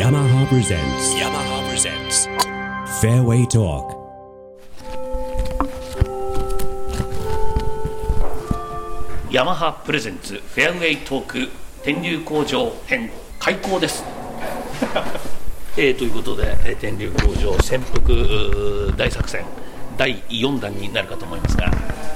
yamaha presents yamaha presents fairway talk ヤマハプレゼンツフェアウェイトーク天竜工場編開講です。 えーということで、えー天竜工場潜伏うー大作戦第4弾になるかと思いますが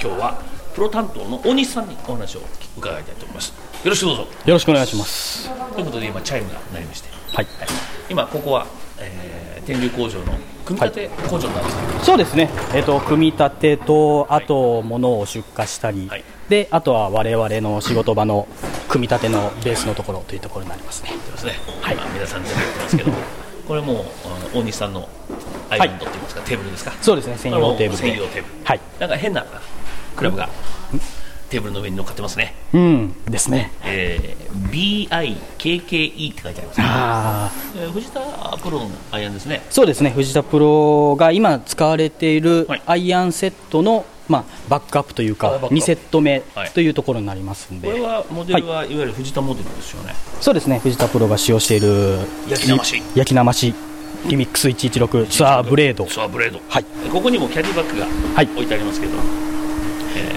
今日はプロ担当の大西さんにお話を伺いたいと思います。よろしくどうぞ。よろしくお願いします。ということで今チャイムが鳴りまして、はい。はい、今ここは、えー天竜工場の組み立て工場なんですけど、そうですね。えっ、と組み立てとあと物を出荷したり、はいであとは我々の仕事場の組み立てのベースのところというところになりますね。ですね。はいまあ皆さん全部やってますけど、これもうあの大西さんのアイランドって言いますか、テーブルですか。そうですね。専用テーブルで。専用テーブルはい。なんか変なクラブがテーブルの上に乗っかってますね、うんですね。えー、BIKKE って書いてあり ます、ああ。えー藤田プロのアイアンですねそうですね。藤田プロが今使われているはいアイアンセットのまあバックアップというあバかックアップ2セット目はいというところになりますんこで。れはモデルはいわゆる藤田モデルですよね、そうですね、藤田プロが使用している焼き生し焼き生しリミックス116ツアーブレード、ツアーブレード、はいここにもキャディバッグがはい置いてありますけど、えー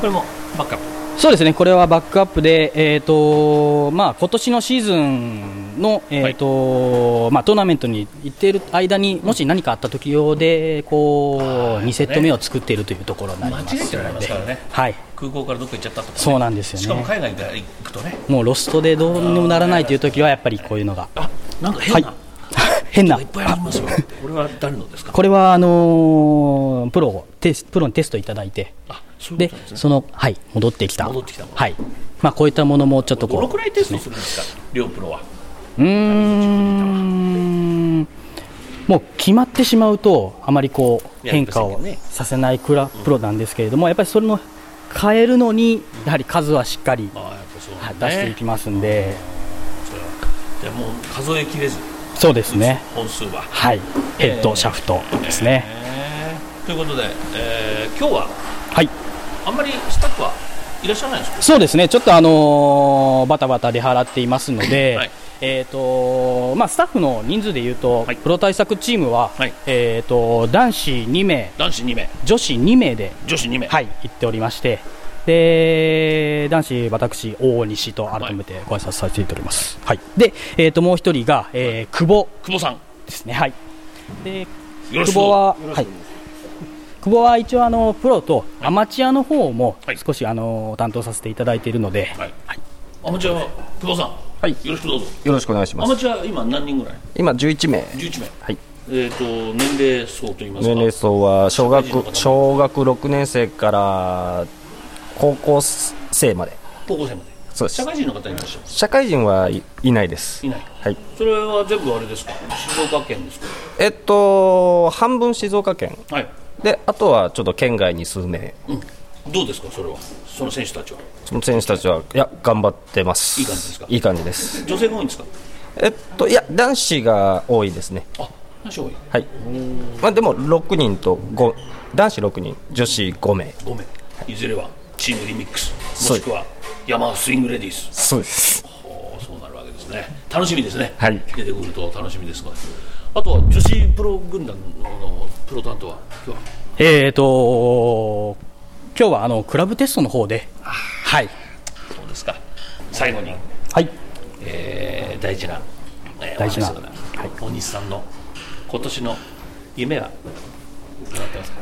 これもバックアップそうですね、これはバックアップで、えーとまあ今年のシーズンの、えーとまあ、トーナメントに行っている間に、もし何かあった時用でこう、2セット目を作っているというところになります間違えてられますからねはい、空港からどっか行っちゃったとかね、そうなんですよねしかも海外から行くとねもうロストでどうにもならないという時は、やっぱりこういうのが、あなんかは変い な、、変ながいっ。ぱいありますよこれは誰のですかこれはあのープロをテスプロにテストいただいて、あそういうでことなんですねその、はい、戻ってきた、戻ってきたものはいまあ、こういったものもちょっとどこのう、くらいテストするんですか、両プロは。うーん、もう決まってしまうと、あまりこういやや変っぱ化そうをねさせないクラプロなんですけれども、やっぱりそれの変えるのに、やはり数はしっかり、ああ、やっぱそうはいだ出していきますんで、それはじゃあもう数えきれず、そうですね、本数は。はい、ヘッえード、シャフトですね。へえということで、えー今日ははいあんまりスタッフはいらっしゃらないんですかそうですね、ちょっとあのーバタバタ出払っていますので、はいえーとまあ、スタッフの人数でいうと、はいプロ対策チームは、はいえー、と男子2名、男子2名、女子2名で、女子2名、はい、行っておりまして、で男子、私、大西と改めてご挨拶させていただいております。はいでえー、ともう一人が、えー久保久保さん、よですね。はいでろし久くどうぞ保は、はい、久保は一応あのプロとアマチュアの方もはい少しあの担当させていただいているので、はいアマチュアは久保さん、はいよろしくどうぞ。よろしくお願いしまアすマチュア、今何人ぐらい今11名 ?11 名。はいえー、と年齢層といいますか年齢層は社小会人の学方小学6年生から高校生まで高校生までそうです社会人の方いらっしゃいます社会人はいいないですいないはいそれは全部あれですか静岡県ですかえっと半分静岡県はいであとはちょっと県外に数名どうですか、それは、その選手たちは。その選手たちはいや頑張ってますいい感じですかいい感じです女性が多いんですかえっといや男子が多いですねあ男子多い、はいまあでも6人と5男子6人女子5名5名、いずれはチームリミックス、そもうしくはヤマハスイングレディース、そうですおーそうなるわけですね、楽しみですね、はい出てくると楽しみですが、あとは女子プロ軍団のプロ担当は、今日はえー、と今日はあのクラブテストの方で、はい、そうですか、最後に、はい、えー大事な、えー大事なお話だから大西さんの今年の夢は、伺ってますか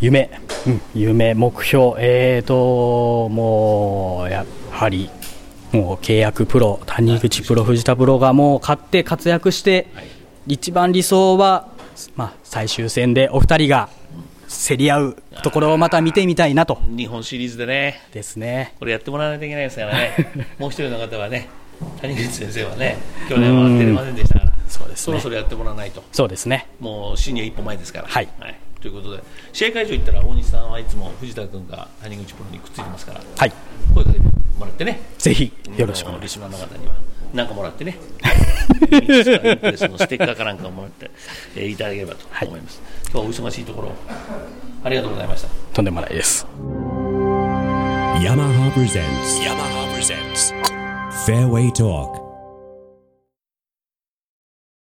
夢、うん、夢、目標、えー、ともうやはり、もう契約プロ、谷口プロ、藤田プロがもう勝って活躍して、はい一番理想は、まあ、最終戦でお二人が競り合うところをまた見てみたいなと、日本シリーズでね。ですね。これやってもらわないといけないですから ね、もう一人の方はね、谷口先生はね、去年は出れませんでしたから、そうですねろそろやってもらわないと、そうですねもうシニア一歩前ですから。はいということで、試合会場行ったら、大西さんはいつも藤田君が谷口プロにくっついてますから、はい、声かけてもらってね、ぜひよろしくお願いしまリすスナーの方には、なんかもらってね、ミックスかインプレスのステッカーかなんかをもらって、えーいただければと思います。今日はお忙しいところ、ありがとうございました。とんでもないです。 yamaha presents yamaha presents fairway talk